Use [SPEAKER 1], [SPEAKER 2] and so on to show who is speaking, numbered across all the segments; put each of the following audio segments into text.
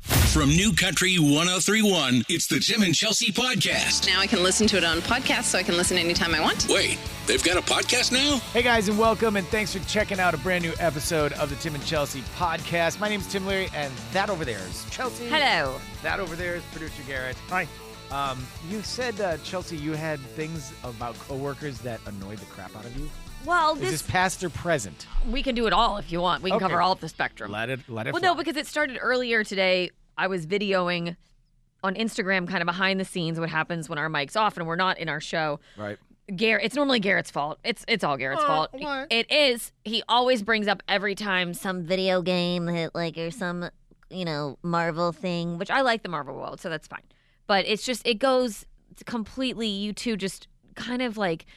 [SPEAKER 1] From New Country 1031, it's the Tim and Chelsea Podcast.
[SPEAKER 2] Now I can listen to it on podcast, so I can listen anytime I want.
[SPEAKER 1] Wait, they've got a podcast now?
[SPEAKER 3] Hey guys, and welcome, and thanks for checking out a brand new episode of the Tim and Chelsea podcast. My name's Tim Leary, and that over there is Chelsea.
[SPEAKER 4] Hello.
[SPEAKER 3] That over there is producer Garrett. Hi. Um, you said uh, Chelsea, you had things about coworkers that annoyed the crap out of you.
[SPEAKER 4] Well,
[SPEAKER 3] Is
[SPEAKER 4] this,
[SPEAKER 3] this past or present?
[SPEAKER 4] we can do it all if you want. We can
[SPEAKER 3] Okay.
[SPEAKER 4] cover all of the spectrum.
[SPEAKER 3] Let it. Let it.
[SPEAKER 4] well, no, because it started earlier today. I was videoing on Instagram, kind of behind the scenes, what happens when our mic's off and we're not in our show.
[SPEAKER 3] right.
[SPEAKER 4] Garrett, it's normally Garrett's fault. It's it's all Garrett's fault. It is. He always brings up every time some video game, that, like or some you know Marvel thing, which I like the Marvel world, so that's fine. But it's just it goes completely. You two just kind of like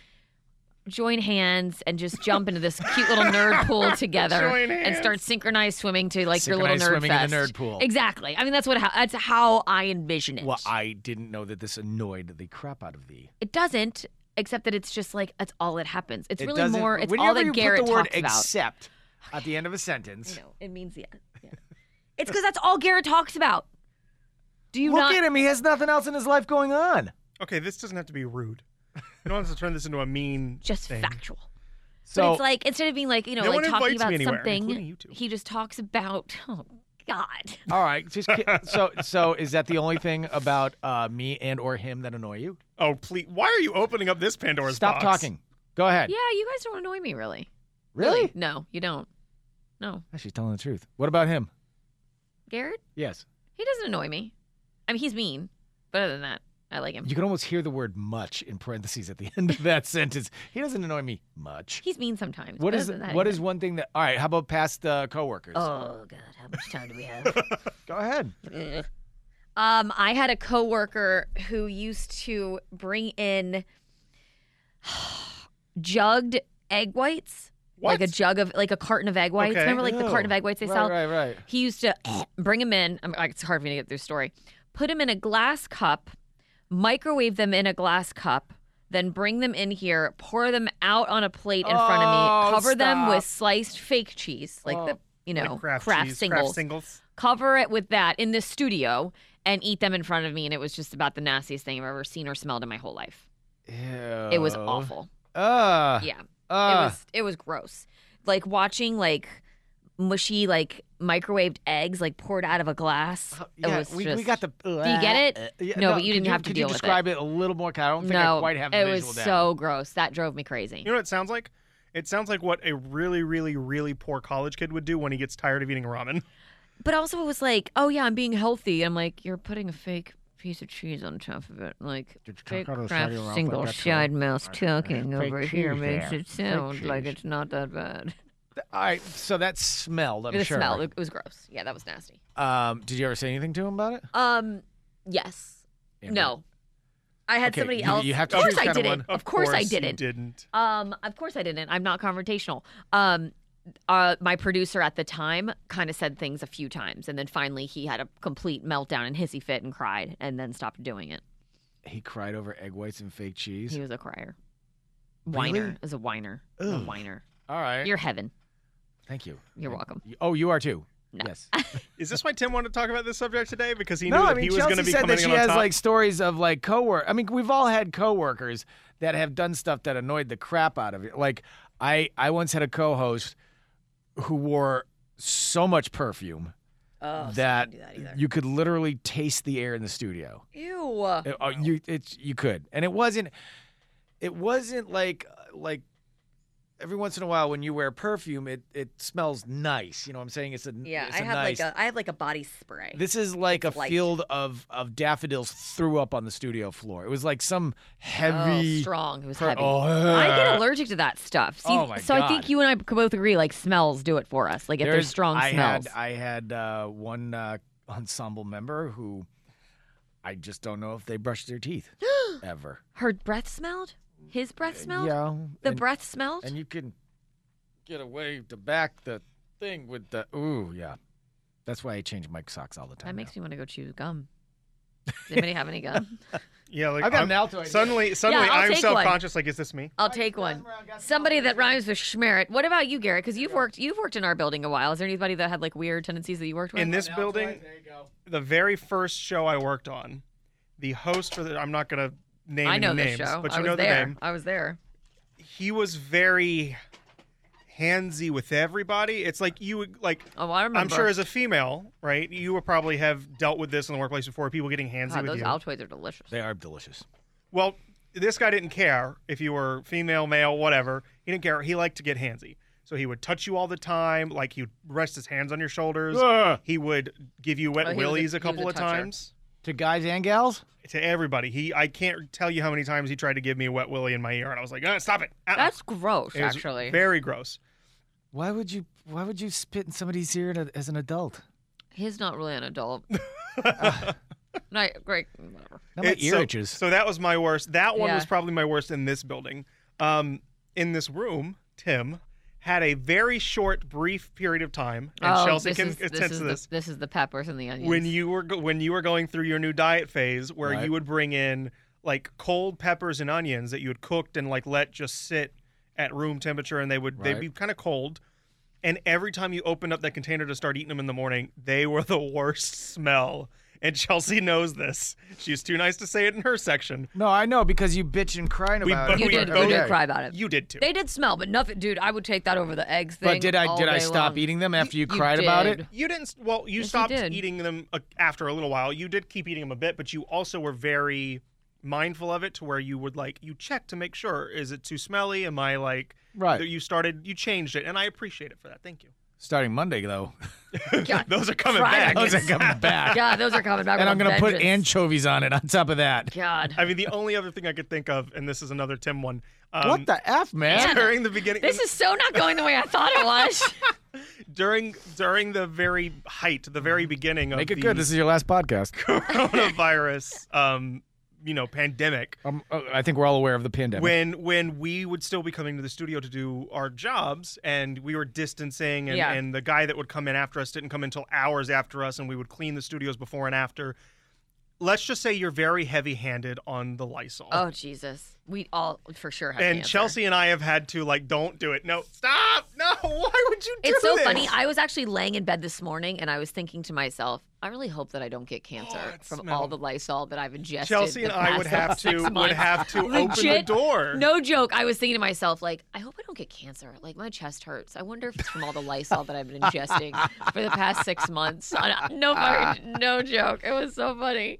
[SPEAKER 4] join hands and just jump into this cute little nerd pool together and start synchronized swimming to like
[SPEAKER 3] Synchronized
[SPEAKER 4] your little nerd
[SPEAKER 3] swimming in the
[SPEAKER 4] fest.
[SPEAKER 3] nerd pool.
[SPEAKER 4] Exactly. I mean, that's what how, that's how I envision it.
[SPEAKER 3] Well, I didn't know that this annoyed the crap out of thee.
[SPEAKER 4] It doesn't, except that it's just like that's all that happens. It's
[SPEAKER 3] It
[SPEAKER 4] really
[SPEAKER 3] doesn't-
[SPEAKER 4] more. It's
[SPEAKER 3] whenever
[SPEAKER 4] all that
[SPEAKER 3] you
[SPEAKER 4] Garrett
[SPEAKER 3] put the word
[SPEAKER 4] talks about.
[SPEAKER 3] except at the end of a sentence.
[SPEAKER 4] No, it means yeah. yeah. It's because that's all Garrett talks about. Do you
[SPEAKER 3] Look
[SPEAKER 4] not?
[SPEAKER 3] at him. He has nothing else in his life going on.
[SPEAKER 5] Okay, this doesn't have to be rude. No one wants to turn this into a mean.
[SPEAKER 4] Just
[SPEAKER 5] thing.
[SPEAKER 4] factual. but
[SPEAKER 3] So
[SPEAKER 4] it's like instead of being like you know
[SPEAKER 5] No
[SPEAKER 4] like
[SPEAKER 5] one
[SPEAKER 4] talking
[SPEAKER 5] invites me
[SPEAKER 4] about
[SPEAKER 5] anywhere, including
[SPEAKER 4] something,
[SPEAKER 5] you two.
[SPEAKER 4] he just talks about. Oh God.
[SPEAKER 3] All right, just ki- so so is that the only thing about uh, me and or him that annoy you?
[SPEAKER 5] Oh, please! Why are you opening up this Pandora's
[SPEAKER 3] Stop
[SPEAKER 5] box?
[SPEAKER 3] talking. Go ahead.
[SPEAKER 4] Yeah, you guys don't annoy me really.
[SPEAKER 3] Really?
[SPEAKER 4] No, you don't. No,
[SPEAKER 3] Oh, She's telling the truth. What about him?
[SPEAKER 4] Garrett,
[SPEAKER 3] Yes.
[SPEAKER 4] he doesn't annoy me. I mean, he's mean, but other than that, I like him.
[SPEAKER 3] You can almost hear the word "much" in parentheses at the end of that sentence. He doesn't annoy me much.
[SPEAKER 4] He's mean sometimes.
[SPEAKER 3] What
[SPEAKER 4] but
[SPEAKER 3] is
[SPEAKER 4] other than that,
[SPEAKER 3] what
[SPEAKER 4] he
[SPEAKER 3] is one thing that? All right, how about past uh, coworkers?
[SPEAKER 4] Oh God, how much time do we have?
[SPEAKER 3] Go ahead.
[SPEAKER 4] Um, I had a coworker who used to bring in jugged egg whites,
[SPEAKER 5] What?
[SPEAKER 4] like a jug of like a carton of egg whites.
[SPEAKER 5] Okay.
[SPEAKER 4] Remember, like the carton of
[SPEAKER 3] Ew.
[SPEAKER 4] egg whites they
[SPEAKER 3] right,
[SPEAKER 4] sell.
[SPEAKER 3] Right, right.
[SPEAKER 4] He used to bring them in. I'm, it's hard for me to get through the story. Put them in a glass cup, microwave them in a glass cup, then bring them in here, pour them out on a plate in front of
[SPEAKER 3] Oh,
[SPEAKER 4] me, cover them with
[SPEAKER 3] stop.
[SPEAKER 4] sliced fake cheese, like
[SPEAKER 3] Oh.
[SPEAKER 4] the you know
[SPEAKER 5] Like craft, cheese,
[SPEAKER 4] singles
[SPEAKER 5] Kraft singles.
[SPEAKER 4] cover it with that in the studio and eat them in front of me and it was just about the nastiest thing i've ever seen or smelled in my whole life it was
[SPEAKER 3] Ew.
[SPEAKER 4] awful
[SPEAKER 3] Ah.
[SPEAKER 4] yeah it
[SPEAKER 3] Oh. ah.
[SPEAKER 4] was it was gross like watching like mushy like microwaved eggs like poured out of a glass
[SPEAKER 3] Uh,
[SPEAKER 4] it
[SPEAKER 3] yeah,
[SPEAKER 4] was
[SPEAKER 3] we,
[SPEAKER 4] just
[SPEAKER 3] we got the.
[SPEAKER 4] you get it?
[SPEAKER 3] Uh, yeah,
[SPEAKER 4] No, but you
[SPEAKER 3] could
[SPEAKER 4] didn't have to
[SPEAKER 3] could
[SPEAKER 4] deal
[SPEAKER 3] you
[SPEAKER 4] with it.
[SPEAKER 3] describe it. a little more, Kyle? I don't think
[SPEAKER 4] no
[SPEAKER 3] I quite have the
[SPEAKER 4] it
[SPEAKER 3] visual
[SPEAKER 4] was
[SPEAKER 3] down.
[SPEAKER 4] so gross that drove me crazy
[SPEAKER 5] You know what it sounds like? It sounds like what a really, really, really poor college kid would do when he gets tired of eating ramen.
[SPEAKER 4] but also it was like oh yeah i'm being healthy i'm like you're putting a fake piece of cheese on top of it like
[SPEAKER 3] Did you check
[SPEAKER 4] Big
[SPEAKER 3] out the
[SPEAKER 4] craft
[SPEAKER 3] Saudi Arabia
[SPEAKER 4] single
[SPEAKER 3] petrol?
[SPEAKER 4] side mouse
[SPEAKER 3] Alright,
[SPEAKER 4] talking
[SPEAKER 3] alright.
[SPEAKER 4] over
[SPEAKER 3] Fake
[SPEAKER 4] here
[SPEAKER 3] cheese
[SPEAKER 4] makes
[SPEAKER 3] there.
[SPEAKER 4] it sound
[SPEAKER 3] Fake
[SPEAKER 4] like
[SPEAKER 3] cheese.
[SPEAKER 4] it's not that bad.
[SPEAKER 3] All right, so that smelled. I'm
[SPEAKER 4] the
[SPEAKER 3] sure.
[SPEAKER 4] smell, it was gross. Yeah, that was nasty.
[SPEAKER 3] Um, did you ever say anything to him about it?
[SPEAKER 4] Um, yes, no, I had
[SPEAKER 3] Okay,
[SPEAKER 4] somebody
[SPEAKER 3] you-
[SPEAKER 4] else.
[SPEAKER 3] you have to
[SPEAKER 4] of course
[SPEAKER 3] choose
[SPEAKER 4] I
[SPEAKER 3] kinda
[SPEAKER 4] didn't.
[SPEAKER 3] one.
[SPEAKER 4] Of, course, I
[SPEAKER 5] you
[SPEAKER 4] didn't.
[SPEAKER 5] didn't.
[SPEAKER 4] Um, of course I didn't. I'm not confrontational. Um, uh, my producer at the time kind of said things a few times, and then finally he had a complete meltdown and hissy fit and cried, and then stopped doing it.
[SPEAKER 3] He cried over egg whites and fake cheese.
[SPEAKER 4] He was a crier.
[SPEAKER 3] Really?
[SPEAKER 4] Whiner It was a whiner. It was A
[SPEAKER 3] Ugh.
[SPEAKER 4] whiner.
[SPEAKER 3] All right.
[SPEAKER 4] You're heaven.
[SPEAKER 3] Thank you.
[SPEAKER 4] You're welcome.
[SPEAKER 3] You- Oh, you are too.
[SPEAKER 4] No.
[SPEAKER 3] Yes.
[SPEAKER 5] Is this why Tim wanted to talk about this subject today? Because he knew
[SPEAKER 3] no,
[SPEAKER 5] that
[SPEAKER 3] I mean
[SPEAKER 5] he was
[SPEAKER 3] Chelsea
[SPEAKER 5] going to be
[SPEAKER 3] said
[SPEAKER 5] coming
[SPEAKER 3] that
[SPEAKER 5] in
[SPEAKER 3] she
[SPEAKER 5] on
[SPEAKER 3] has
[SPEAKER 5] top.
[SPEAKER 3] like stories of like cowork. I mean, we've all had coworkers that have done stuff that annoyed the crap out of you. Like I, I once had a co-host who wore so much perfume
[SPEAKER 4] Oh,
[SPEAKER 3] that, you could literally taste the air in the studio.
[SPEAKER 4] Ew.
[SPEAKER 3] It- uh, you it's you could, and it wasn't. It wasn't like like every once in a while when you wear perfume, it it smells nice. You know what I'm saying? It's a
[SPEAKER 4] Yeah,
[SPEAKER 3] it's
[SPEAKER 4] I
[SPEAKER 3] a
[SPEAKER 4] have
[SPEAKER 3] nice,
[SPEAKER 4] like a I have like a body spray.
[SPEAKER 3] This is like
[SPEAKER 4] it's
[SPEAKER 3] a
[SPEAKER 4] light.
[SPEAKER 3] field of of daffodils threw up on the studio floor. It was like some
[SPEAKER 4] oh,
[SPEAKER 3] heavy.
[SPEAKER 4] strong. It was
[SPEAKER 3] per-
[SPEAKER 4] heavy.
[SPEAKER 3] oh,
[SPEAKER 4] I get allergic to that stuff. See,
[SPEAKER 3] Oh my
[SPEAKER 4] so I think
[SPEAKER 3] God.
[SPEAKER 4] you and I could both agree like smells do it for us. Like if there's
[SPEAKER 3] There's-
[SPEAKER 4] strong
[SPEAKER 3] I
[SPEAKER 4] smells.
[SPEAKER 3] Had, I had uh, one uh, ensemble member who I just don't know if they brushed their teeth ever.
[SPEAKER 4] Her breath smelled? His breath smelled?
[SPEAKER 3] Uh, Yeah,
[SPEAKER 4] The
[SPEAKER 3] and-
[SPEAKER 4] breath smelled?
[SPEAKER 3] and you can get away to back the thing with the ooh yeah. That's why I change my socks all the time.
[SPEAKER 4] that makes me want to go chew gum. Does anybody have any gum?
[SPEAKER 5] Yeah, like
[SPEAKER 3] I've got
[SPEAKER 5] I'm-
[SPEAKER 3] an Altoid here.
[SPEAKER 5] Suddenly, suddenly,
[SPEAKER 4] Yeah, I'll
[SPEAKER 5] I'm
[SPEAKER 4] take one.
[SPEAKER 5] self conscious. Like, is this me?
[SPEAKER 4] I'll take one. Somebody that rhymes with Schmerit. What about you, Garrett? Because you've worked you've worked in our building a while. Is there anybody that had like weird tendencies that you worked with?
[SPEAKER 5] In this building,
[SPEAKER 3] There you go.
[SPEAKER 5] the very first show I worked on, the host for the I'm not gonna name
[SPEAKER 4] I know
[SPEAKER 5] any
[SPEAKER 4] this
[SPEAKER 5] names,
[SPEAKER 4] show.
[SPEAKER 5] but
[SPEAKER 4] I
[SPEAKER 5] you
[SPEAKER 4] was
[SPEAKER 5] know
[SPEAKER 4] there.
[SPEAKER 5] the name.
[SPEAKER 4] I was there.
[SPEAKER 5] He was very handsy with everybody. It's like you would like.
[SPEAKER 4] Oh, I remember.
[SPEAKER 5] I'm sure as a female, right? You would probably have dealt with this in the workplace before. People getting handsy
[SPEAKER 4] God,
[SPEAKER 5] with
[SPEAKER 4] those
[SPEAKER 5] you.
[SPEAKER 4] Altoids are delicious.
[SPEAKER 3] They are delicious.
[SPEAKER 5] Well, this guy didn't care if you were female, male, whatever. He didn't care. He liked to get handsy. So he would touch you all the time. Like he would rest his hands on your shoulders.
[SPEAKER 3] Ugh.
[SPEAKER 5] He would give you wet
[SPEAKER 4] Oh, he was a-
[SPEAKER 5] willies
[SPEAKER 4] he
[SPEAKER 5] a
[SPEAKER 4] was
[SPEAKER 5] couple
[SPEAKER 4] a
[SPEAKER 5] of
[SPEAKER 4] toucher.
[SPEAKER 5] times
[SPEAKER 3] To guys and gals?
[SPEAKER 5] to everybody. He I can't tell you how many times he tried to give me a wet willy in my ear, and I was like, ah, stop it. Uh-uh."
[SPEAKER 4] That's gross,
[SPEAKER 5] It was
[SPEAKER 4] actually.
[SPEAKER 5] very gross.
[SPEAKER 3] Why would you why would you spit in somebody's ear to- as an adult?
[SPEAKER 4] He's not really an adult. no, great. Whatever.
[SPEAKER 3] Now my
[SPEAKER 5] It-
[SPEAKER 3] ear
[SPEAKER 5] so,
[SPEAKER 3] itches.
[SPEAKER 5] So that was my worst. That one
[SPEAKER 4] Yeah.
[SPEAKER 5] was probably my worst in this building. Um, in this room, Tim had a very short, brief period of time, and
[SPEAKER 4] oh,
[SPEAKER 5] Chelsea
[SPEAKER 4] this
[SPEAKER 5] can
[SPEAKER 4] is,
[SPEAKER 5] attest
[SPEAKER 4] this is
[SPEAKER 5] to this.
[SPEAKER 4] The, this is the peppers and the onions.
[SPEAKER 5] when you were go- when you were going through your new diet phase where
[SPEAKER 3] Right.
[SPEAKER 5] you would bring in like cold peppers and onions that you had cooked and like let just sit at room temperature and they would
[SPEAKER 3] Right.
[SPEAKER 5] they'd be kind of cold and every time you opened up that container to start eating them in the morning they were the worst smell and Chelsea knows this she's too nice to say it in her section
[SPEAKER 3] no, I know because you bitch and crying
[SPEAKER 5] We
[SPEAKER 3] about
[SPEAKER 5] both-
[SPEAKER 3] it.
[SPEAKER 4] you
[SPEAKER 5] we
[SPEAKER 4] did,
[SPEAKER 5] both-
[SPEAKER 4] you did
[SPEAKER 5] Okay.
[SPEAKER 4] cry about it.
[SPEAKER 5] you did too
[SPEAKER 4] they did smell, but nothing, dude. I would take that over the eggs thing.
[SPEAKER 3] But did I
[SPEAKER 4] all
[SPEAKER 3] did I
[SPEAKER 4] day
[SPEAKER 3] stop
[SPEAKER 4] long.
[SPEAKER 3] eating them after you,
[SPEAKER 4] You
[SPEAKER 3] cried about it?
[SPEAKER 4] did.
[SPEAKER 5] you didn't s- well
[SPEAKER 4] Yes,
[SPEAKER 5] you
[SPEAKER 4] you
[SPEAKER 5] stopped
[SPEAKER 4] did.
[SPEAKER 5] eating them uh, after a little while you did keep eating them a bit but you also were very mindful of it to where you would like you check to make sure is it too smelly am i like
[SPEAKER 3] Right.
[SPEAKER 5] that you started you changed it and i appreciate it for that thank you
[SPEAKER 3] Starting Monday though.
[SPEAKER 4] God,
[SPEAKER 5] those are coming
[SPEAKER 4] Fried
[SPEAKER 5] back
[SPEAKER 4] onions.
[SPEAKER 3] Those are coming back.
[SPEAKER 4] God, those are coming back.
[SPEAKER 3] and
[SPEAKER 4] with
[SPEAKER 3] I'm
[SPEAKER 4] a
[SPEAKER 3] gonna put
[SPEAKER 4] vengeance.
[SPEAKER 3] anchovies on it on top of that.
[SPEAKER 4] God,
[SPEAKER 5] i mean the only other thing i could think of and this is another tim one um,
[SPEAKER 3] what the F, man?
[SPEAKER 5] during the beginning
[SPEAKER 4] this is so not going the way I thought it was.
[SPEAKER 5] during during the very height the very beginning of
[SPEAKER 3] Make it
[SPEAKER 5] the
[SPEAKER 3] good. This is your last podcast.
[SPEAKER 5] coronavirus um you know pandemic
[SPEAKER 3] Um, uh, I think we're all aware of the pandemic.
[SPEAKER 5] when when we would still be coming to the studio to do our jobs and we were distancing and,
[SPEAKER 4] Yeah.
[SPEAKER 5] and the guy that would come in after us didn't come until hours after us and we would clean the studios before and after let's just say you're very heavy handed on the lysol
[SPEAKER 4] oh Jesus, we all for sure have
[SPEAKER 5] and
[SPEAKER 4] cancer.
[SPEAKER 5] chelsea and i have had to like don't do it no stop no why would you do
[SPEAKER 4] It's so
[SPEAKER 5] this?
[SPEAKER 4] funny. I was actually laying in bed this morning and I was thinking to myself, I really hope that I don't get cancer
[SPEAKER 5] Oh, it
[SPEAKER 4] from all
[SPEAKER 5] smelled-
[SPEAKER 4] the Lysol that I've ingested.
[SPEAKER 5] chelsea and
[SPEAKER 4] the
[SPEAKER 5] i
[SPEAKER 4] past
[SPEAKER 5] would have
[SPEAKER 4] six
[SPEAKER 5] to would
[SPEAKER 4] months.
[SPEAKER 5] have to open the
[SPEAKER 4] Legit,
[SPEAKER 5] door
[SPEAKER 4] No joke. I was thinking to myself, like, I hope I don't get cancer. Like, my chest hurts. I wonder if it's from all the Lysol that I've been ingesting for the past six months. Uh, No, fucking- no joke. It was so funny.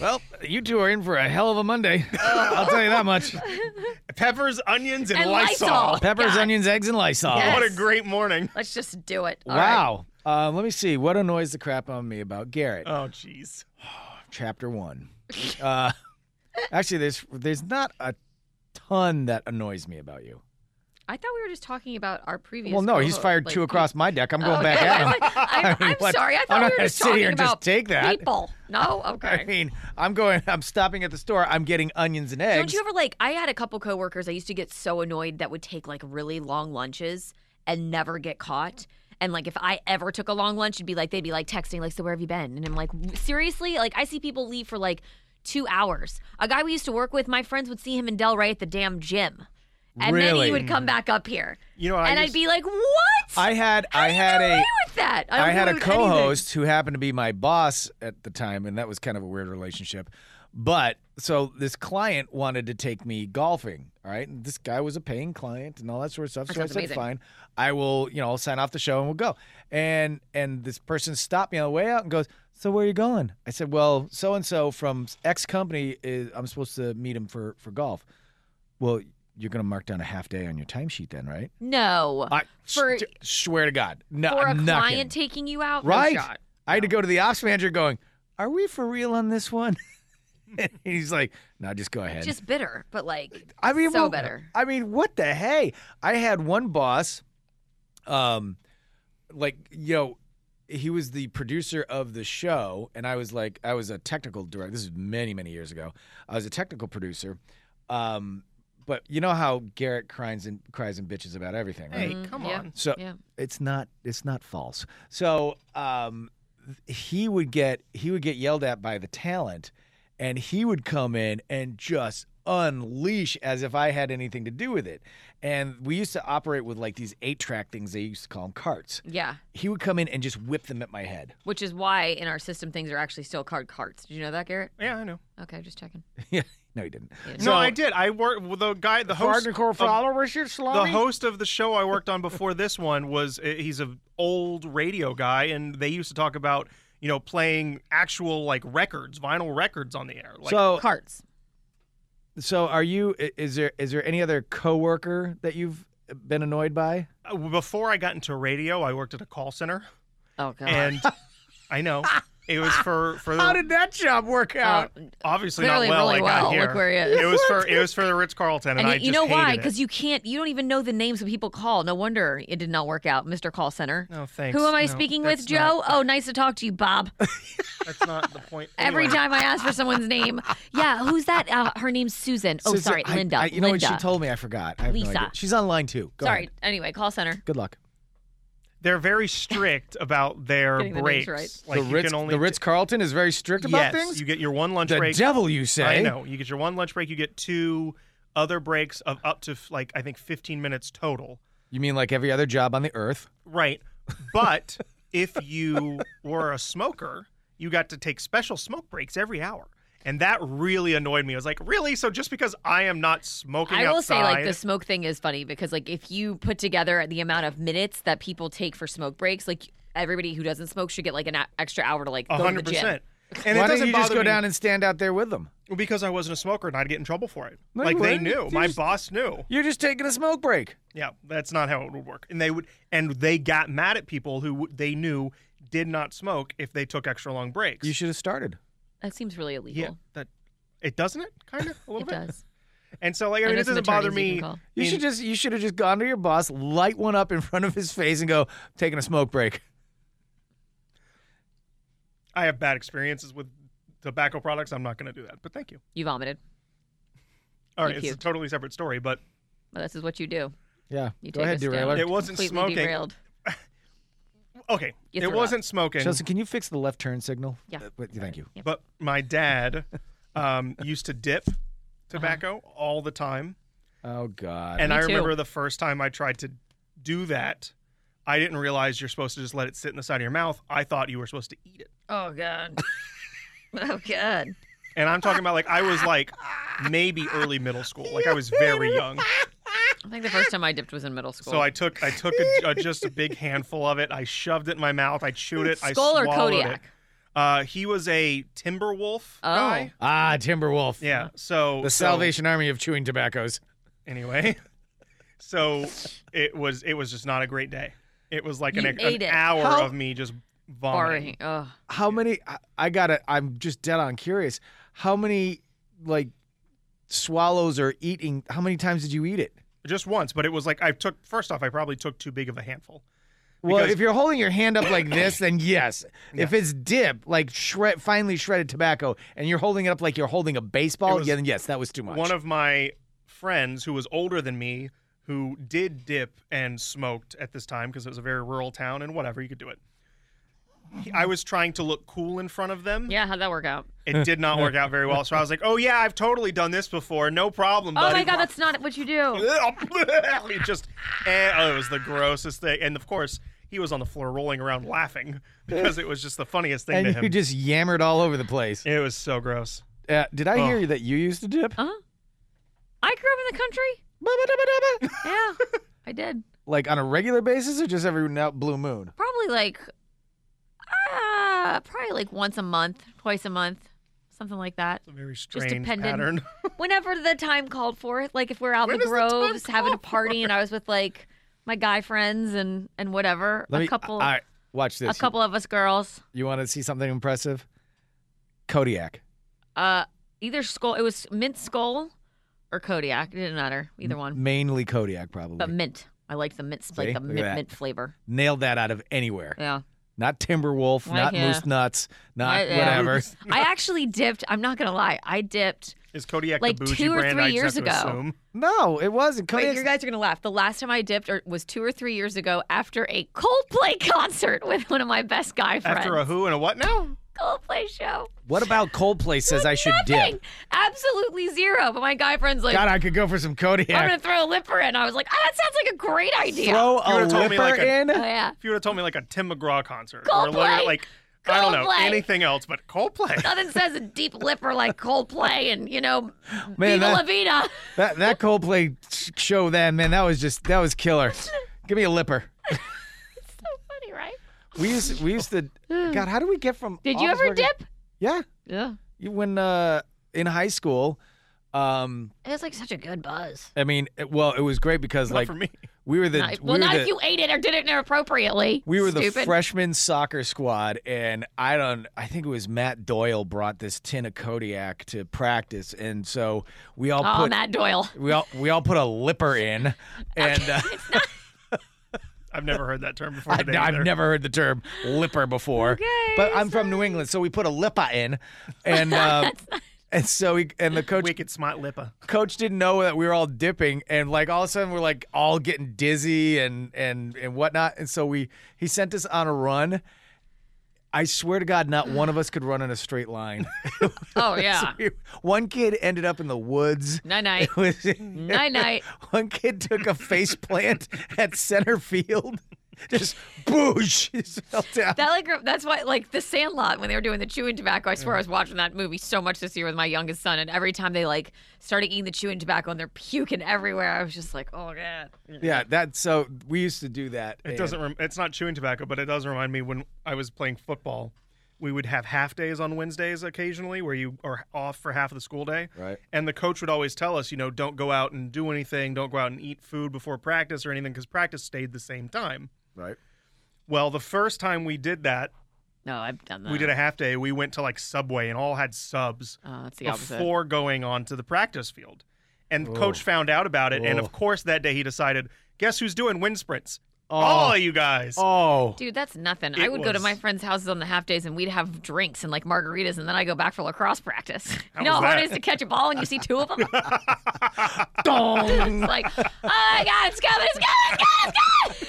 [SPEAKER 3] well, you two are in for a hell of a Monday. I'll tell you that much.
[SPEAKER 5] peppers onions and,
[SPEAKER 4] And
[SPEAKER 5] lysol,
[SPEAKER 4] Lysol.
[SPEAKER 3] Peppers,
[SPEAKER 4] God.
[SPEAKER 3] onions, eggs, and Lysol.
[SPEAKER 4] Yes.
[SPEAKER 5] what a great morning
[SPEAKER 4] Let's just do it. All right.
[SPEAKER 3] Wow. Uh, let me see. What annoys the crap on me about Garrett?
[SPEAKER 4] Uh.
[SPEAKER 5] oh jeez
[SPEAKER 3] Chapter one. Uh, actually, there's there's not a ton that annoys me about you.
[SPEAKER 4] I thought we were just talking about our previous.
[SPEAKER 3] Well, no, he's
[SPEAKER 4] co-host,
[SPEAKER 3] fired
[SPEAKER 4] like,
[SPEAKER 3] two across my deck. I'm going
[SPEAKER 4] Oh,
[SPEAKER 3] back
[SPEAKER 4] okay.
[SPEAKER 3] at him.
[SPEAKER 4] I was like, I'm,
[SPEAKER 3] I mean,
[SPEAKER 4] I'm
[SPEAKER 3] what?
[SPEAKER 4] sorry. I
[SPEAKER 3] I'm
[SPEAKER 4] thought
[SPEAKER 3] not
[SPEAKER 4] we were
[SPEAKER 3] gonna
[SPEAKER 4] just
[SPEAKER 3] sit here
[SPEAKER 4] talking
[SPEAKER 3] and just
[SPEAKER 4] about
[SPEAKER 3] take that.
[SPEAKER 4] people. No, okay.
[SPEAKER 3] I mean, I'm going. I'm stopping at the store. I'm getting onions and eggs.
[SPEAKER 4] Don't you ever like? I had a couple coworkers I used to get so annoyed that would take like really long lunches and never get caught. And like, if I ever took a long lunch, it'd be like they'd be like texting, like, "So where have you been?" And I'm like, seriously, like I see people leave for like two hours. A guy we used to work with, my friends would see him in Delray at the damn gym, and then
[SPEAKER 3] Really? Mm.
[SPEAKER 4] he would come back up here,
[SPEAKER 5] you know
[SPEAKER 4] and I'd
[SPEAKER 5] I used-
[SPEAKER 4] be like, "What?
[SPEAKER 3] I had
[SPEAKER 4] How
[SPEAKER 3] I
[SPEAKER 4] do you
[SPEAKER 3] had
[SPEAKER 4] get
[SPEAKER 3] a
[SPEAKER 4] away with that? I, don't
[SPEAKER 3] I had
[SPEAKER 4] get
[SPEAKER 3] a
[SPEAKER 4] away with anything."
[SPEAKER 3] co-host who happened to be my boss at the time, and that was kind of a weird relationship. But so this client wanted to take me golfing, all right? And this guy was a paying client and all that sort of stuff. so I
[SPEAKER 4] sounds
[SPEAKER 3] said,
[SPEAKER 4] amazing.
[SPEAKER 3] "Fine, I will, you know, I'll sign off the show and we'll go." And and this person stopped me on the way out and goes, "So where are you going?" I said, "Well, so and so from X company is I'm supposed to meet him for for golf." Well, you're going to mark down a half day on your timesheet then, right?
[SPEAKER 4] No,
[SPEAKER 3] I
[SPEAKER 4] For-
[SPEAKER 3] s- swear to God, no,
[SPEAKER 4] for a
[SPEAKER 3] I'm not kidding.
[SPEAKER 4] client taking you out, No
[SPEAKER 3] Right.
[SPEAKER 4] shot.
[SPEAKER 3] I had to go to the ops manager going, Are we for real on this one? And he's like, No, just go ahead.
[SPEAKER 4] Just bitter, but like
[SPEAKER 3] I mean,
[SPEAKER 4] so
[SPEAKER 3] well,
[SPEAKER 4] better.
[SPEAKER 3] I mean, what the hey? I had one boss, um, like, you know, he was the producer of the show, and I was like, I was a technical director. This is many, many years ago. I was a technical producer. Um, but you know how Garrett cries and cries and bitches
[SPEAKER 4] Mm-hmm.
[SPEAKER 3] about everything, right?
[SPEAKER 5] hey
[SPEAKER 4] Mhm,
[SPEAKER 5] come
[SPEAKER 4] yeah.
[SPEAKER 5] on
[SPEAKER 3] So
[SPEAKER 4] Yeah.
[SPEAKER 3] it's not it's not false. So um, he would get he would get yelled at by the talent, and he would come in and just unleash as if I had anything to do with it. And we used to operate with like these eight track things. They used to call them carts.
[SPEAKER 4] Yeah,
[SPEAKER 3] He would come in and just whip them at my head.
[SPEAKER 4] which is why in our system things are actually still called carts. Did you know that, Garrett?
[SPEAKER 5] Yeah, I know.
[SPEAKER 4] Okay, just checking.
[SPEAKER 3] No, he didn't.
[SPEAKER 4] Yeah.
[SPEAKER 5] no, I did. I worked with the guy, the host,
[SPEAKER 3] Hardcore
[SPEAKER 5] of-
[SPEAKER 3] follower, Richard
[SPEAKER 5] the
[SPEAKER 3] Salami?
[SPEAKER 5] host of the show I worked on before this one was uh, he's a old radio guy, and they used to talk about you know playing actual like records, vinyl records on the air. Like,
[SPEAKER 3] so
[SPEAKER 4] carts.
[SPEAKER 3] so are you i- is there is there any other coworker that you've been annoyed by?
[SPEAKER 5] uh, before I got into radio, I worked at a call center,
[SPEAKER 4] Oh god.
[SPEAKER 5] and I know it was for for
[SPEAKER 3] Uh-huh.
[SPEAKER 5] uh,
[SPEAKER 3] How did that job work
[SPEAKER 4] Oh,
[SPEAKER 3] out?
[SPEAKER 5] obviously
[SPEAKER 4] clearly
[SPEAKER 5] not well.
[SPEAKER 4] really
[SPEAKER 5] I got
[SPEAKER 4] well.
[SPEAKER 5] here.
[SPEAKER 4] Look where he is.
[SPEAKER 5] it was for it was for the Ritz Carlton, and,
[SPEAKER 4] and
[SPEAKER 5] I
[SPEAKER 4] you- you
[SPEAKER 5] just
[SPEAKER 4] know
[SPEAKER 5] hated
[SPEAKER 4] why?
[SPEAKER 5] it.
[SPEAKER 4] Because you can't. You don't even know the names of people call. No wonder it did not work out, Mr. Call Center.
[SPEAKER 5] no thanks.
[SPEAKER 4] Who am I
[SPEAKER 5] No,
[SPEAKER 4] speaking
[SPEAKER 5] that's
[SPEAKER 4] with, Joe? oh, nice to talk to you, Bob.
[SPEAKER 5] Not, that's not the point.
[SPEAKER 4] Every
[SPEAKER 5] Anyway.
[SPEAKER 4] time I ask for someone's name, yeah, who's that? Uh, her name's Susan. Oh,
[SPEAKER 3] Since
[SPEAKER 4] sorry,
[SPEAKER 3] I-
[SPEAKER 4] Linda.
[SPEAKER 3] I- you know
[SPEAKER 4] Linda.
[SPEAKER 3] what? She told me I forgot. I have no
[SPEAKER 4] Lisa.
[SPEAKER 3] idea. She's online too. Go
[SPEAKER 4] sorry.
[SPEAKER 3] ahead.
[SPEAKER 4] Anyway, call center.
[SPEAKER 3] Good luck.
[SPEAKER 5] they're very strict about their
[SPEAKER 4] Getting the names
[SPEAKER 5] breaks.
[SPEAKER 4] right.
[SPEAKER 5] Like
[SPEAKER 3] the
[SPEAKER 5] you
[SPEAKER 3] Ritz,
[SPEAKER 5] can only
[SPEAKER 3] the Ritz Carlton is very strict about
[SPEAKER 5] yes,
[SPEAKER 3] things.
[SPEAKER 5] you get your one lunch
[SPEAKER 3] the
[SPEAKER 5] break.
[SPEAKER 3] devil, you say?
[SPEAKER 5] I know. You get your one lunch break. You get two other breaks of up to like I think 15 minutes total.
[SPEAKER 3] You mean like every other job on the earth?
[SPEAKER 5] Right. But if you were a smoker, you got to take special smoke breaks every hour. And that really annoyed me. I was like, really? So just because I am not smoking
[SPEAKER 4] I will say, like,
[SPEAKER 5] outside-
[SPEAKER 4] the smoke thing is funny because, like, if you put together the amount of minutes that people take for smoke breaks, like, everybody who doesn't smoke should get, like, an a- extra hour to, like, go to the gym.
[SPEAKER 5] 100%. And
[SPEAKER 3] Why
[SPEAKER 5] it doesn't
[SPEAKER 3] don't you
[SPEAKER 5] bother
[SPEAKER 3] just go
[SPEAKER 5] me
[SPEAKER 3] down and stand out there with them?
[SPEAKER 5] because I wasn't a smoker and I'd get in trouble for it.
[SPEAKER 3] No, you
[SPEAKER 5] like they
[SPEAKER 3] wouldn't.
[SPEAKER 5] knew.
[SPEAKER 3] You
[SPEAKER 5] My
[SPEAKER 3] just-
[SPEAKER 5] boss knew.
[SPEAKER 3] You're just taking a smoke break.
[SPEAKER 5] Yeah, that's not how it would work. And they would, and they got mad at people who w- they knew did not smoke if they took extra long breaks.
[SPEAKER 3] You should have started.
[SPEAKER 4] That seems really illegal.
[SPEAKER 5] yeah, that it doesn't it kind of a little
[SPEAKER 4] It
[SPEAKER 5] bit.
[SPEAKER 4] does.
[SPEAKER 5] And so like I
[SPEAKER 4] I
[SPEAKER 5] mean,
[SPEAKER 4] know
[SPEAKER 5] it
[SPEAKER 4] some
[SPEAKER 5] doesn't bother
[SPEAKER 4] attorneys you
[SPEAKER 5] me.
[SPEAKER 4] can call.
[SPEAKER 3] You
[SPEAKER 5] in-
[SPEAKER 3] should just you should have just gone to your boss, light one up in front of his face, and go taking a smoke break.
[SPEAKER 5] I have bad experiences with tobacco products. I'm not going to do that. But thank you.
[SPEAKER 4] You vomited.
[SPEAKER 5] All
[SPEAKER 4] You
[SPEAKER 5] right, it's a
[SPEAKER 4] puked.
[SPEAKER 5] totally separate story, but
[SPEAKER 4] Well, this is what you do.
[SPEAKER 3] Yeah,
[SPEAKER 4] You
[SPEAKER 3] go
[SPEAKER 4] take
[SPEAKER 3] ahead,
[SPEAKER 4] a stand.
[SPEAKER 3] derailer.
[SPEAKER 5] it wasn't
[SPEAKER 4] Completely
[SPEAKER 5] smoking.
[SPEAKER 4] derailed.
[SPEAKER 5] Okay,
[SPEAKER 4] You
[SPEAKER 5] it
[SPEAKER 4] threw up.
[SPEAKER 5] wasn't smoking.
[SPEAKER 3] Chelsea, can you fix the left turn signal?
[SPEAKER 4] Yeah.
[SPEAKER 3] Uh, but- thank you.
[SPEAKER 5] But my dad um, used to dip tobacco all the time.
[SPEAKER 3] Oh God.
[SPEAKER 5] And
[SPEAKER 4] Me
[SPEAKER 5] I
[SPEAKER 4] too.
[SPEAKER 5] remember the first time I tried to do that, I didn't realize you're supposed to just let it sit in the side of your mouth. I thought you were supposed to eat it.
[SPEAKER 4] Oh, God. oh, God.
[SPEAKER 5] And I'm talking about like I was like maybe early middle school. Like I was very young.
[SPEAKER 4] I think the first time I dipped was in middle school.
[SPEAKER 5] So I took I took a, a, just a big handful of it. I shoved it in my mouth. I chewed it. I
[SPEAKER 4] Skull or
[SPEAKER 5] swallowed
[SPEAKER 4] Kodiak?
[SPEAKER 5] It. Uh, he was a timber wolf
[SPEAKER 4] Oh.
[SPEAKER 5] guy.
[SPEAKER 3] ah, Timberwolf.
[SPEAKER 5] Yeah. So
[SPEAKER 3] The
[SPEAKER 5] so-
[SPEAKER 3] Salvation Army of chewing tobaccos.
[SPEAKER 5] anyway. So it was it was just not a great day. It was like an,
[SPEAKER 4] You
[SPEAKER 5] an
[SPEAKER 4] ate it.
[SPEAKER 5] hour
[SPEAKER 3] How-
[SPEAKER 5] of me just
[SPEAKER 4] Boring.
[SPEAKER 5] vomiting.
[SPEAKER 4] Ugh.
[SPEAKER 3] How many? I, I gotta. I'm just dead on curious. How many like swallows are eating? How many times did you eat it?
[SPEAKER 5] just once, but it was like I took first off, I probably took too big of a handful.
[SPEAKER 3] Well,
[SPEAKER 5] Because-
[SPEAKER 3] if you're holding your hand up like this, then yes. If it's dip, like shred, finely shredded tobacco, and you're holding it up like you're holding a baseball,
[SPEAKER 5] It was
[SPEAKER 3] yeah, then yes, that was too much.
[SPEAKER 5] One of my friends who was older than me who did dip and smoked at this time because it was a very rural town and whatever you could do it. He- I was trying to look cool in front of them.
[SPEAKER 4] Yeah, how'd that work out?
[SPEAKER 5] It did not work out very well. So I was like, "Oh yeah, I've totally done this before. No problem,
[SPEAKER 4] Oh,
[SPEAKER 5] buddy."
[SPEAKER 4] my God, that's not what you do.
[SPEAKER 5] it just eh, oh, it was the grossest thing. And of course, he was on the floor rolling around laughing because it was just the funniest thing
[SPEAKER 3] and
[SPEAKER 5] to him.
[SPEAKER 3] you just yammered all over the place.
[SPEAKER 5] it Oh. Uh. was so gross.
[SPEAKER 3] Uh, did I hear
[SPEAKER 5] Ugh.
[SPEAKER 3] you that you used to dip?
[SPEAKER 4] Huh? Uh-huh. I grew up in the country. Yeah, I did.
[SPEAKER 3] Like on a regular basis, or just every now blue moon?
[SPEAKER 4] Probably like, uh, probably like once a month, twice a month, something like that.
[SPEAKER 5] It's a very strange
[SPEAKER 4] dependent.
[SPEAKER 5] pattern.
[SPEAKER 4] Whenever the time called for it. Like if we're out in
[SPEAKER 5] When
[SPEAKER 4] the
[SPEAKER 5] does the time
[SPEAKER 4] groves having a
[SPEAKER 5] call
[SPEAKER 4] party, and I was with like my guy friends and and whatever, a couple,
[SPEAKER 3] All right, watch
[SPEAKER 4] a
[SPEAKER 3] this.
[SPEAKER 4] couple of us girls.
[SPEAKER 3] You want to see something impressive? Kodiak.
[SPEAKER 4] Uh, either skull. It was mint skull or Kodiak. It didn't matter. Either one,
[SPEAKER 3] Mainly Kodiak, probably.
[SPEAKER 4] but mint. I like the mint, like
[SPEAKER 3] See?
[SPEAKER 4] the
[SPEAKER 3] Look at
[SPEAKER 4] mint,
[SPEAKER 3] that.
[SPEAKER 4] mint flavor.
[SPEAKER 3] Nailed that out of anywhere.
[SPEAKER 4] Yeah.
[SPEAKER 3] Not Timberwolf,
[SPEAKER 4] Like,
[SPEAKER 3] not
[SPEAKER 4] yeah.
[SPEAKER 3] Moose Nuts, not
[SPEAKER 4] Right, yeah.
[SPEAKER 3] whatever.
[SPEAKER 4] I actually dipped. I'm not gonna lie. I dipped
[SPEAKER 5] Is Kodiak
[SPEAKER 4] Like
[SPEAKER 5] the bougie
[SPEAKER 4] two or
[SPEAKER 5] brand?
[SPEAKER 4] three
[SPEAKER 5] I just
[SPEAKER 4] years
[SPEAKER 5] have to
[SPEAKER 4] ago.
[SPEAKER 5] assume.
[SPEAKER 3] No, it wasn't.
[SPEAKER 4] Wait,
[SPEAKER 3] Kodiak's-
[SPEAKER 4] you guys are gonna laugh. The last time I dipped or, was two or three years ago after a Coldplay concert with one of my best guy friends.
[SPEAKER 5] After a who and a what now?
[SPEAKER 4] Coldplay show.
[SPEAKER 3] what about Coldplay says I should
[SPEAKER 4] Nothing.
[SPEAKER 3] dip?
[SPEAKER 4] Absolutely zero. But my guy friend's like,
[SPEAKER 3] God, I could go for some Kodiak.
[SPEAKER 4] I'm gonna throw a lipper in. I was like, oh, that sounds like a great idea.
[SPEAKER 3] Throw
[SPEAKER 5] You
[SPEAKER 3] a
[SPEAKER 5] would've told me,
[SPEAKER 3] lipper
[SPEAKER 5] like, a-
[SPEAKER 3] in.
[SPEAKER 4] oh yeah.
[SPEAKER 5] If you would have told me like a Tim McGraw concert or a
[SPEAKER 4] Coldplay.
[SPEAKER 5] little, like I don't know
[SPEAKER 4] Coldplay.
[SPEAKER 5] anything else but Coldplay.
[SPEAKER 4] Nothing says a deep lipper like Coldplay and you know,
[SPEAKER 3] Man,
[SPEAKER 4] Viva
[SPEAKER 3] that-
[SPEAKER 4] La Vida.
[SPEAKER 3] That that Coldplay sh- show then, man, that was just that was killer. Give me a lipper.
[SPEAKER 4] so funny, right?
[SPEAKER 3] We used we used to God, how do we get from
[SPEAKER 4] Did you
[SPEAKER 3] office
[SPEAKER 4] ever
[SPEAKER 3] worker-
[SPEAKER 4] dip?
[SPEAKER 3] Yeah.
[SPEAKER 4] Yeah.
[SPEAKER 3] You when uh in high school, um
[SPEAKER 4] It was like such a good buzz.
[SPEAKER 3] I mean, it- well, it was great because
[SPEAKER 5] Not
[SPEAKER 3] like
[SPEAKER 5] for me.
[SPEAKER 3] we were the
[SPEAKER 4] Not-
[SPEAKER 3] we
[SPEAKER 4] well,
[SPEAKER 3] were
[SPEAKER 4] not
[SPEAKER 3] the,
[SPEAKER 4] if you ate it or did it inappropriately.
[SPEAKER 3] we were the
[SPEAKER 4] Stupid.
[SPEAKER 3] freshman soccer squad, and I don't. I think it was Matt Doyle brought this tin of Kodiak to practice, and so we all
[SPEAKER 4] Oh,
[SPEAKER 3] put
[SPEAKER 4] Matt Doyle.
[SPEAKER 3] we all we all put a lipper in, and uh,
[SPEAKER 5] I've never heard that term before
[SPEAKER 3] I,
[SPEAKER 5] today.
[SPEAKER 3] have
[SPEAKER 5] either.
[SPEAKER 3] never heard the term lipper before.
[SPEAKER 4] Okay,
[SPEAKER 3] but I'm from New England, so we put a lippa in, and uh, and so he, and the coach
[SPEAKER 5] Wicked smart lippa.
[SPEAKER 3] coach didn't know that we were all dipping, and like all of a sudden we're like all getting dizzy and and and whatnot, and so we he sent us on a run. I swear to God, not one of us could run in a straight line.
[SPEAKER 4] Oh yeah.
[SPEAKER 3] We- one kid ended up in the woods.
[SPEAKER 4] Night night.
[SPEAKER 3] It was-
[SPEAKER 4] Night night.
[SPEAKER 3] One kid took a face plant at center field. Just boosh, he fell down.
[SPEAKER 4] That like re- that's why like the Sandlot when they were doing the chewing tobacco. I
[SPEAKER 5] Mm.
[SPEAKER 4] swear I was watching that movie so much this year with my youngest son, and every time they like started eating the chewing tobacco and they're puking everywhere, I was just like, oh god.
[SPEAKER 3] Yeah, that so we used to do that.
[SPEAKER 5] It doesn't. Rem- it's not chewing tobacco, but it does remind me when I was playing football. We would have half days on Wednesdays occasionally, where you are off for half of the school day.
[SPEAKER 3] Right.
[SPEAKER 5] And the coach would always tell us, you know, don't go out and do anything, don't go out and eat food before practice or anything, because practice stayed the same time.
[SPEAKER 3] right.
[SPEAKER 5] Well, the first time we did that,
[SPEAKER 4] No, I've done that.
[SPEAKER 5] we did a half day. We went to like Subway and all had subs
[SPEAKER 4] Oh, it's the opposite.
[SPEAKER 5] before going on to the practice field. And coach found out about it, and
[SPEAKER 3] Oh.
[SPEAKER 5] of course that day he decided, guess who's doing wind sprints?
[SPEAKER 3] Oh.
[SPEAKER 5] All of you guys.
[SPEAKER 3] Oh,
[SPEAKER 4] Dude, that's nothing. I
[SPEAKER 5] It
[SPEAKER 4] would go to
[SPEAKER 5] was-
[SPEAKER 4] my friends' houses on the half days and we'd have drinks and like margaritas, and then I go back for lacrosse practice.
[SPEAKER 5] How
[SPEAKER 4] you know how
[SPEAKER 5] was
[SPEAKER 4] hard
[SPEAKER 5] that?
[SPEAKER 4] it is to catch a ball and you see two of them? Dong. It's like, oh my God, it's coming, it's coming, it's coming, it's coming.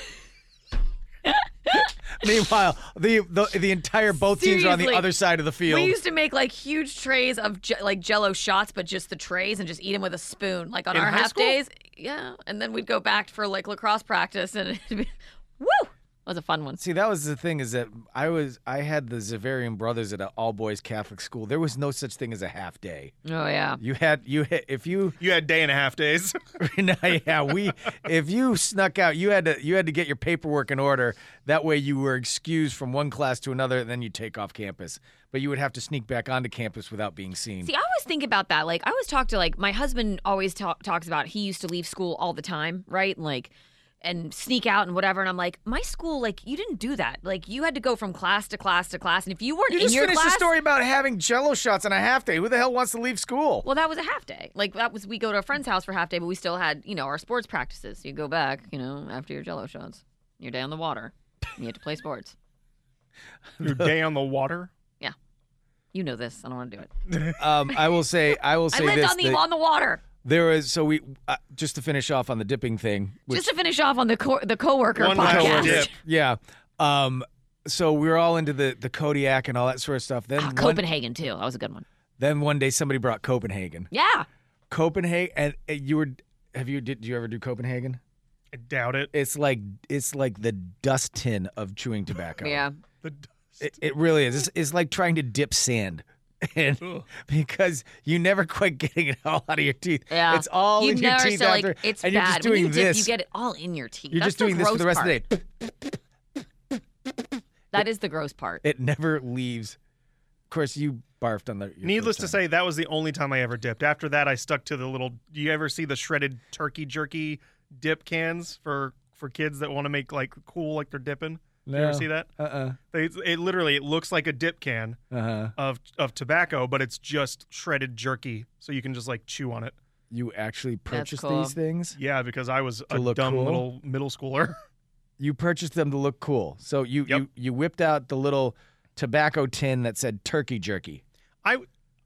[SPEAKER 3] meanwhile, the, the the entire both teams are on the
[SPEAKER 4] Seriously.
[SPEAKER 3] other side of the field.
[SPEAKER 4] We used to make like huge trays of j- like Jello shots, but just the trays, and just eat them with a spoon, like on
[SPEAKER 5] In
[SPEAKER 4] our
[SPEAKER 5] high
[SPEAKER 4] half
[SPEAKER 5] school?
[SPEAKER 4] days. Yeah, and then we'd go back for like lacrosse practice, and it'd be, woo, that was a fun one.
[SPEAKER 3] See, that was the thing is that I was I had the Zavarian brothers at an all boys Catholic school. There was no such thing as a half day.
[SPEAKER 4] Oh yeah,
[SPEAKER 3] You had you had, if you
[SPEAKER 5] You had day and a half days.
[SPEAKER 3] no, yeah we if you snuck out you had to you had to get your paperwork in order. That way you were excused from one class to another, and then you take off campus. But you would have to sneak back onto campus without being seen.
[SPEAKER 4] See, I always think about that. Like, I always talk to like my husband always talk, talks about he used to leave school all the time, right? And, Like, and sneak out and whatever. And I'm like, my school, like, you didn't do that. Like, you had to go from class to class to class, and if you weren't
[SPEAKER 3] you
[SPEAKER 4] in
[SPEAKER 3] just
[SPEAKER 4] your
[SPEAKER 3] finished
[SPEAKER 4] class,
[SPEAKER 3] the story about having Jello shots on a half day. Who the hell wants to leave school?
[SPEAKER 4] Well, that was a half day. Like that was we go to a friend's house for half day, but we still had you know our sports practices. you go back, you know, after your Jello shots, your day on the water, and you have to play sports.
[SPEAKER 5] Your day on the water.
[SPEAKER 4] You know this. I don't want to do it.
[SPEAKER 3] Um, I will say, I will
[SPEAKER 4] I
[SPEAKER 3] say
[SPEAKER 4] lived
[SPEAKER 3] this:
[SPEAKER 4] on the
[SPEAKER 3] that
[SPEAKER 4] on the water.
[SPEAKER 3] there is so we uh, just to finish off on the dipping thing. Which,
[SPEAKER 4] Just to finish off on the co- the coworker
[SPEAKER 5] One
[SPEAKER 4] podcast.
[SPEAKER 5] coworker dip.
[SPEAKER 3] yeah. Um, so we were all into the the Kodiak and all that sort of stuff. Then
[SPEAKER 4] Ah,
[SPEAKER 3] one-
[SPEAKER 4] Copenhagen too. That was a good one.
[SPEAKER 3] then one day somebody brought Copenhagen.
[SPEAKER 4] Yeah.
[SPEAKER 3] Copenhagen, and uh, you were have you did you ever do Copenhagen?
[SPEAKER 5] I doubt it.
[SPEAKER 3] It's like it's like the dust tin of chewing tobacco.
[SPEAKER 4] Yeah.
[SPEAKER 5] The d-
[SPEAKER 3] It, it really is. It's, it's like trying to dip sand. And because you never quite getting it all out of your teeth.
[SPEAKER 4] Yeah.
[SPEAKER 3] It's all
[SPEAKER 4] you
[SPEAKER 3] in your
[SPEAKER 4] never,
[SPEAKER 3] teeth
[SPEAKER 4] so,
[SPEAKER 3] after.
[SPEAKER 4] like, it's
[SPEAKER 3] and
[SPEAKER 4] bad.
[SPEAKER 3] you're just
[SPEAKER 4] When
[SPEAKER 3] doing
[SPEAKER 4] you dip,
[SPEAKER 3] this.
[SPEAKER 4] you get it all in your teeth.
[SPEAKER 3] you're
[SPEAKER 4] That's
[SPEAKER 3] just doing this for
[SPEAKER 4] gross
[SPEAKER 3] the rest
[SPEAKER 4] part.
[SPEAKER 3] of the day.
[SPEAKER 4] That is the gross part.
[SPEAKER 3] It never leaves. Of course, you barfed on the. your
[SPEAKER 5] Needless to
[SPEAKER 3] first time.
[SPEAKER 5] say, that was the only time I ever dipped. After that, I stuck to the little. Do you ever see the shredded turkey jerky dip cans for for kids that want to make like cool like they're dipping? Do you ever
[SPEAKER 3] No.
[SPEAKER 5] see that?
[SPEAKER 3] Uh
[SPEAKER 5] They, it literally it looks like a dip can
[SPEAKER 3] uh-uh. uh huh.
[SPEAKER 5] of of tobacco, but it's just shredded jerky, so you can just like chew on it.
[SPEAKER 3] You actually purchased
[SPEAKER 4] cool.
[SPEAKER 3] these things.
[SPEAKER 5] Yeah, because I was a
[SPEAKER 3] look
[SPEAKER 5] dumb
[SPEAKER 3] cool?
[SPEAKER 5] little middle schooler.
[SPEAKER 3] You purchased them to look cool. So you
[SPEAKER 5] Yep.
[SPEAKER 3] you you whipped out the little tobacco tin that said turkey jerky.
[SPEAKER 5] I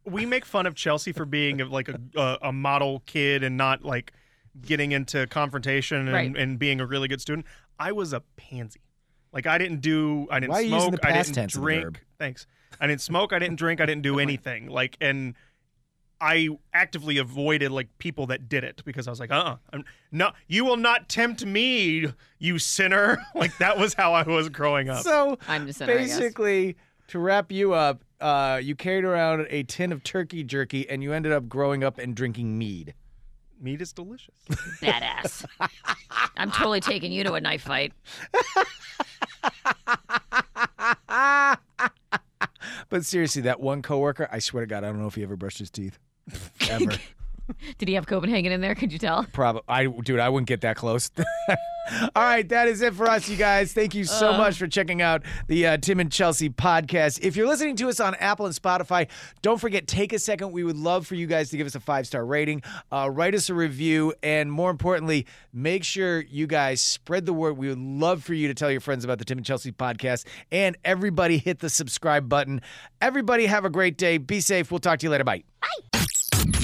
[SPEAKER 5] we make fun of Chelsea for being like a, a a model kid and not like getting into confrontation and,
[SPEAKER 4] Right.
[SPEAKER 5] and being a really good student. I was a pansy. Like I didn't do I didn't
[SPEAKER 3] Why are you
[SPEAKER 5] smoke,
[SPEAKER 3] using the
[SPEAKER 5] I
[SPEAKER 3] past
[SPEAKER 5] didn't
[SPEAKER 3] tense of the
[SPEAKER 5] drink.
[SPEAKER 3] verb?
[SPEAKER 5] Thanks. I didn't smoke, I didn't drink, I didn't do anything. Like and I actively avoided like people that did it because I was like, uh, uh no, you will not tempt me, you sinner. Like that was how I was growing up.
[SPEAKER 3] So
[SPEAKER 4] I'm just saying.
[SPEAKER 3] basically, to wrap you up, uh, you carried around a tin of turkey jerky, and you ended up growing up and drinking mead.
[SPEAKER 5] Meat is delicious.
[SPEAKER 4] badass. I'm totally taking you to a knife fight.
[SPEAKER 3] But seriously, that one coworker, I swear to God, I don't know if he ever brushed his teeth. Ever.
[SPEAKER 4] Did he have Copenhagen in there? Could you tell?
[SPEAKER 3] Probably. I dude, I wouldn't get that close. All right, that is it for us, you guys. Thank you so much for checking out the uh, Tim and Chelsea podcast. If you're listening to us on Apple and Spotify, don't forget take a second. We would love for you guys to give us a five star rating, uh, write us a review, and more importantly, make sure you guys spread the word. We would love for you to tell your friends about the Tim and Chelsea podcast. And everybody, hit the subscribe button. Everybody, have a great day. Be safe. We'll talk to you later. Bye.